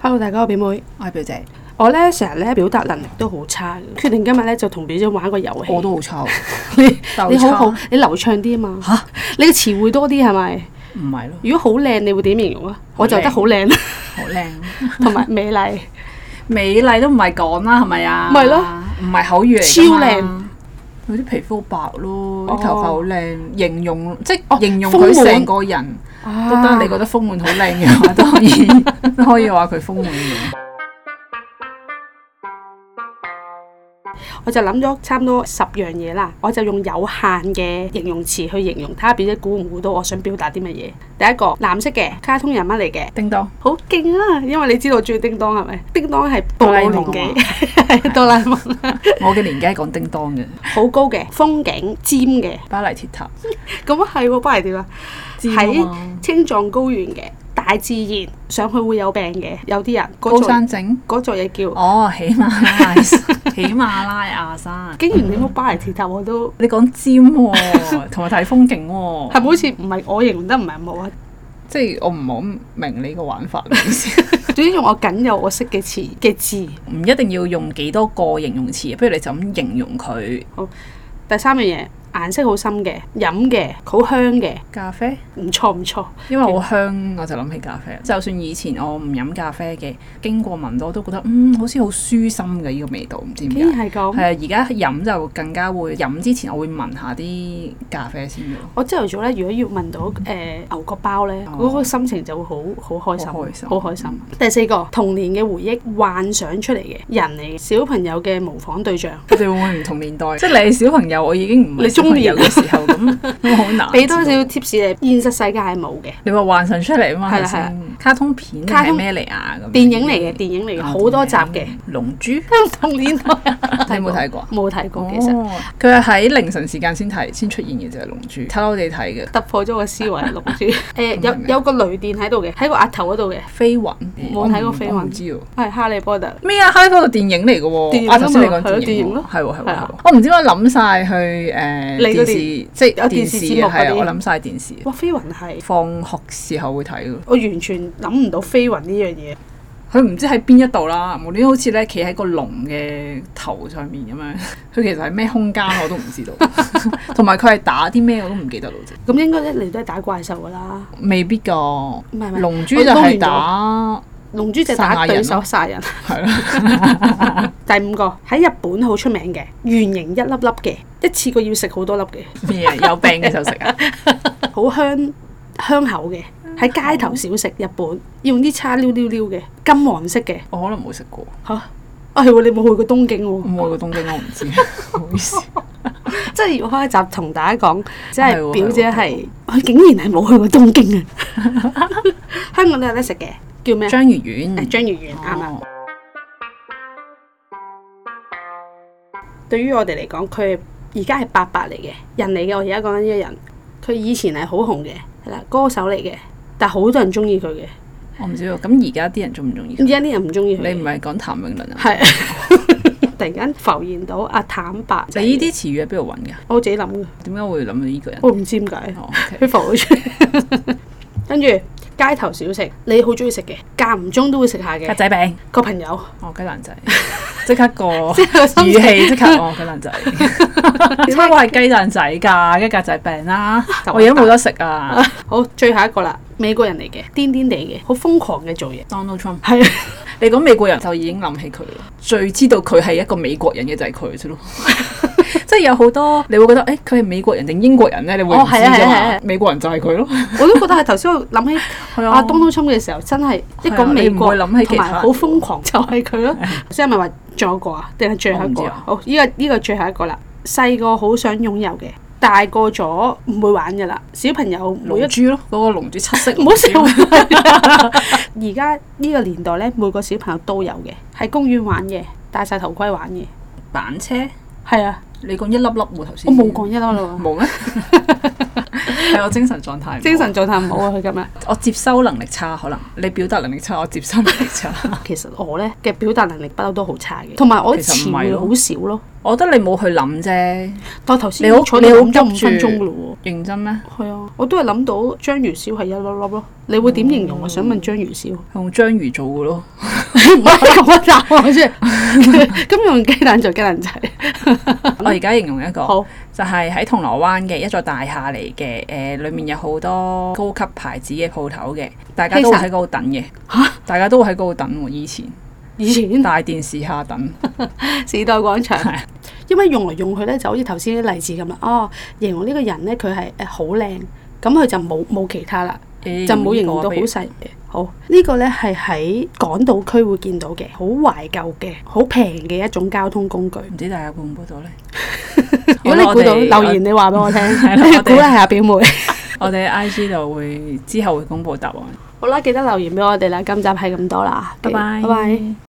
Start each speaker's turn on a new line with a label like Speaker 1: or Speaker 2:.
Speaker 1: Hello，大家好，我表妹。
Speaker 2: 我係表姐，
Speaker 1: 我咧成日咧表達能力都好差嘅，決定今日咧就同表姐玩一個遊戲。
Speaker 2: 我都好 錯，
Speaker 1: 你
Speaker 2: 鬥
Speaker 1: 你好
Speaker 2: 差
Speaker 1: 好，你流暢啲啊嘛。嚇！你嘅詞彙多啲係咪？
Speaker 2: 唔係咯，
Speaker 1: 如果好靚，你會點形容啊？
Speaker 2: 好靚
Speaker 1: 我就得好 靚，
Speaker 2: 好靚，
Speaker 1: 同埋美麗。
Speaker 2: 美麗都唔係講啦，係咪啊？
Speaker 1: 咪咯，
Speaker 2: 唔係口語嚟㗎嘛
Speaker 1: 超靚。
Speaker 2: 佢啲皮膚好白咯，
Speaker 1: 哦
Speaker 2: 啲頭髮好靚，形容即
Speaker 1: 哦
Speaker 2: 係形容
Speaker 1: 豐
Speaker 2: 佢
Speaker 1: 滿
Speaker 2: 成個人
Speaker 1: 啊
Speaker 2: 都得。你覺得豐滿好靚 嘅話，都可以都可以話佢豐滿嘅。
Speaker 1: 我就諗咗差唔多十樣嘢啦，我就用有限嘅形容詞去形容，睇下表姐估唔估到我想表達啲乜嘢。第一個藍色嘅卡通人物嚟嘅，
Speaker 2: 叮當，
Speaker 1: 好勁啊！因為你知道我中意叮當係咪？叮當係哆啦 A 夢
Speaker 2: 哆啦 A
Speaker 1: 嘅， 哆啦 A 夢
Speaker 2: 我嘅年紀係講叮當嘅，
Speaker 1: 好高嘅風景尖嘅，
Speaker 2: 巴黎鐵塔，
Speaker 1: 咁啊係喎，巴黎點啊？
Speaker 2: 知啊
Speaker 1: 喺
Speaker 2: 嘛
Speaker 1: 青藏高原嘅大自然上去會有病嘅，有啲人嗰
Speaker 2: 高
Speaker 1: 座
Speaker 2: 山症，
Speaker 1: 嗰座嘢叫，
Speaker 2: 哦，喜馬 拉雅，喜馬拉雅山。
Speaker 1: 竟然你個巴黎鐵塔我都
Speaker 2: 你講尖喎，同埋睇風景喎
Speaker 1: 係咪。好似唔係我形容得唔係咁好啊？
Speaker 2: 即係我唔好明你個玩法嘅意思，
Speaker 1: 總之用我僅有我識嘅詞嘅字。
Speaker 2: 唔一定要用幾多個形容詞，不如你就咁形容佢
Speaker 1: 第三樣嘢顏色好深嘅，飲嘅好香嘅，
Speaker 2: 咖啡，
Speaker 1: 唔錯唔錯。
Speaker 2: 因為好香，我就諗起咖啡。就算以前我唔飲咖啡嘅，經過聞到都覺得嗯好似好舒心嘅呢、個味道，唔知
Speaker 1: 竟
Speaker 2: 點解。
Speaker 1: 然係
Speaker 2: 係
Speaker 1: 咁。
Speaker 2: 啊，而家飲就更加會飲之前，我會聞下啲咖啡先 嘅。
Speaker 1: 我朝頭早咧，如果要聞到誒、呃牛角包咧，
Speaker 2: 哦
Speaker 1: 嗰、個心情就會好好開心，
Speaker 2: 好開心
Speaker 1: 好開心。第四個童年嘅回憶幻想出嚟嘅人嚟嘅，小朋友嘅模仿對象。
Speaker 2: 你哋會唔會唔同年代？即係你係小朋友，我已經唔係
Speaker 1: 你
Speaker 2: 小
Speaker 1: 中
Speaker 2: 朋
Speaker 1: 年
Speaker 2: 友嘅時候 咁，咁好難。
Speaker 1: 俾多少 tips 你，現實世界係冇嘅，
Speaker 2: 你話幻想出嚟啊嘛？
Speaker 1: 係
Speaker 2: 係
Speaker 1: 啦
Speaker 2: 啦
Speaker 1: 係啦
Speaker 2: 卡通片定
Speaker 1: 卡
Speaker 2: 係
Speaker 1: 通
Speaker 2: 咩嚟啊？咁樣
Speaker 1: 電影嚟嘅，電影嚟嘅，
Speaker 2: 哦
Speaker 1: 好多集嘅。
Speaker 2: 《龍珠》，
Speaker 1: 童年代
Speaker 2: 你有冇睇過？
Speaker 1: 冇睇過，其哦實
Speaker 2: 實佢係喺凌晨時間先睇先出現嘅就係《龍珠》，偷偷地睇嘅
Speaker 1: 突破咗個思維，六 住誒有
Speaker 2: 係咪
Speaker 1: 有個雷電喺度嘅，喺個額頭嗰度嘅。
Speaker 2: 飛雲，
Speaker 1: 冇睇過飛雲
Speaker 2: 我唔知喎。
Speaker 1: 係哈利波特，
Speaker 2: 咩啊？《哈利波特》電影嚟嘅
Speaker 1: 電影
Speaker 2: 喎，
Speaker 1: 啊
Speaker 2: 啊頭先你
Speaker 1: 嘛係
Speaker 2: 講
Speaker 1: 咯電
Speaker 2: 電
Speaker 1: 影
Speaker 2: 影
Speaker 1: 咯
Speaker 2: 喎，係喎係喎
Speaker 1: 係
Speaker 2: 係
Speaker 1: 啊
Speaker 2: 喎，我唔知點解諗晒去誒
Speaker 1: 你嗰
Speaker 2: 電
Speaker 1: 啲
Speaker 2: 視，即係
Speaker 1: 有電
Speaker 2: 電
Speaker 1: 視
Speaker 2: 視
Speaker 1: 節目嗰
Speaker 2: 係啊，
Speaker 1: 啲
Speaker 2: 我諗晒電視，
Speaker 1: 哇！飛雲係
Speaker 2: 放學時候會睇嘅。
Speaker 1: 我完全諗唔到飛雲呢樣嘢，
Speaker 2: 佢唔知喺邊一度啦，無端端好似咧企喺個龍嘅頭上面咁樣，佢其實係咩空間我都唔 知道，同埋佢係打啲咩我都唔記得咯，啫
Speaker 1: 咁應該咧你都係打怪獸噶啦，
Speaker 2: 未必㗎。
Speaker 1: 唔係唔係，
Speaker 2: 龍珠就係打
Speaker 1: 龍珠就打對手殺 人。
Speaker 2: 係啦，
Speaker 1: 第五個喺日本好出名嘅，圓形一粒粒嘅，一次過要食好多粒 嘅，
Speaker 2: 咩啊有病嘅就食 啊，
Speaker 1: 好香香口嘅，喺街頭小食日本，用啲叉溜溜溜嘅，金黃色嘅
Speaker 2: 我可能冇食過，
Speaker 1: 嚇。啊係喎，你冇去過東京
Speaker 2: 我
Speaker 1: 喎，
Speaker 2: 冇去過東京我唔知，唔好意思。
Speaker 1: 即係要開一集同大家講，即
Speaker 2: 係
Speaker 1: 係
Speaker 2: 喎
Speaker 1: 表姐
Speaker 2: 係喎
Speaker 1: 係佢竟然係冇去過東 京啊！ 香港都有得食嘅，叫咩啊？
Speaker 2: 章魚
Speaker 1: 誒
Speaker 2: 丸，
Speaker 1: 章魚丸啱啊啦。
Speaker 2: 哦
Speaker 1: 對於我哋嚟講，佢而家係伯伯嚟嘅人嚟嘅。我而家講緊呢個人，佢以前係好紅嘅，係啦，歌手嚟嘅，但好多人中意佢嘅。
Speaker 2: 我唔知喎。咁而家啲人中唔中意佢？
Speaker 1: 而家啲人唔中意佢嘅。
Speaker 2: 你唔係講譚詠麟啊？
Speaker 1: 係 突然間浮現到阿坦白
Speaker 2: 你
Speaker 1: 仔，
Speaker 2: 呢啲詞語喺邊度揾㗎？
Speaker 1: 我自己諗嘅，
Speaker 2: 點解會諗到呢個人？
Speaker 1: 我唔知點解
Speaker 2: 哦，OK
Speaker 1: 佢浮咗出 嚟。跟住街頭小食，你好中意食嘅，間唔中都會食下
Speaker 2: 格
Speaker 1: 嘅
Speaker 2: 仔餅。
Speaker 1: 個朋友，
Speaker 2: 哦，雞蛋仔，即刻個
Speaker 1: 係個心
Speaker 2: 語氣即刻哦，雞 蛋仔，點解我係雞蛋仔㗎？一格仔 餅啦，我而家冇得食啊
Speaker 1: 好最後一個啦，美國人嚟嘅，癲癲地嘅，好瘋狂嘅做嘢，
Speaker 2: ！Donald Trump，
Speaker 1: 係啊。
Speaker 2: 你講美國人就已經諗起佢啦，最知道佢係一個美國人嘅就係 佢啫咯。即係有好多你會覺得，誒佢係美國人定英國人咧？你會唔
Speaker 1: 哦
Speaker 2: 知
Speaker 1: 係啊係啊
Speaker 2: 㗎
Speaker 1: 係
Speaker 2: 嘛
Speaker 1: 啊？
Speaker 2: 美國人就係佢咯，
Speaker 1: 我都覺得係頭先我諗起
Speaker 2: 係
Speaker 1: 阿 Donald Trump 嘅時候，真係一
Speaker 2: 係
Speaker 1: 講
Speaker 2: 啊
Speaker 1: 美國
Speaker 2: 你唔會諗
Speaker 1: 同
Speaker 2: 起其他
Speaker 1: 埋好瘋狂就係 佢咯。即係咪話仲有一個啊？定係最後一個啊？好，呢個呢個最後一個啦。細個好想擁有嘅，大個咗唔會玩嘅啦。小朋友每一
Speaker 2: 龍珠咯，嗰個龍珠七色
Speaker 1: 唔好成日而家呢個年代咧，每個小朋友都有嘅，喺公園玩嘅，戴晒頭盔玩嘅。
Speaker 2: 板車。
Speaker 1: 係啊，
Speaker 2: 你講一粒粒喎頭
Speaker 1: 我
Speaker 2: 先，
Speaker 1: 冇講一粒啦，
Speaker 2: 冇咩？係我精神狀態唔好，
Speaker 1: 精神狀態唔好啊，佢今日。
Speaker 2: 我接收能力差，可能你表達能力差，我接收能力 差。
Speaker 1: 其實我咧嘅表達能力不嬲都好差嘅，同埋我
Speaker 2: 其實
Speaker 1: 詞
Speaker 2: 唔係
Speaker 1: 彙
Speaker 2: 咯
Speaker 1: 好少咯。
Speaker 2: 我覺得你冇去諗啫，
Speaker 1: 但我頭先
Speaker 2: 你好
Speaker 1: 坐
Speaker 2: 你
Speaker 1: 度
Speaker 2: 好
Speaker 1: 諗咗
Speaker 2: 急
Speaker 1: 五
Speaker 2: 住
Speaker 1: 分鐘噶咯
Speaker 2: 認真咩？
Speaker 1: 係啊，我都係諗到章魚燒係一粒粒咯。你會點形容？我想問章魚燒，
Speaker 2: 係用章魚做嘅咯，
Speaker 1: 嗯 唔係咁樣答我先。 咁用雞蛋做雞蛋仔，
Speaker 2: 我而家形容一個。
Speaker 1: 嗯好
Speaker 2: 就係喺銅鑼灣嘅一座大廈嚟嘅，誒、裏面有好多高級牌子嘅鋪頭嘅，大家都會喺嗰度等嘅。大家都會喺嗰度等喎，以前
Speaker 1: 以前
Speaker 2: 大電視 下等，
Speaker 1: 時代廣場，因為用嚟用去咧就好似頭先啲例子咁啦。哦，形容呢個人咧，佢係誒呃好靚，咁佢就冇冇其他啦，
Speaker 2: 誒
Speaker 1: 就嗯冇形容
Speaker 2: 呢
Speaker 1: 到
Speaker 2: 個
Speaker 1: 好
Speaker 2: 比
Speaker 1: 細嘅。好，呢個咧係喺港島區會見到嘅，好懷舊嘅，好平嘅一種交通工具。
Speaker 2: 唔知大家估唔估 到呢？
Speaker 1: 如果你
Speaker 2: 好啦
Speaker 1: 估到
Speaker 2: 我哋
Speaker 1: 留言，你話俾我聽，
Speaker 2: 啦
Speaker 1: 你
Speaker 2: 我哋
Speaker 1: 估下表妹。
Speaker 2: 我哋 I G 度會之後會公佈答案。
Speaker 1: 好啦，記得留言俾我哋啦。今集係咁多啦，
Speaker 2: 拜拜
Speaker 1: 拜拜。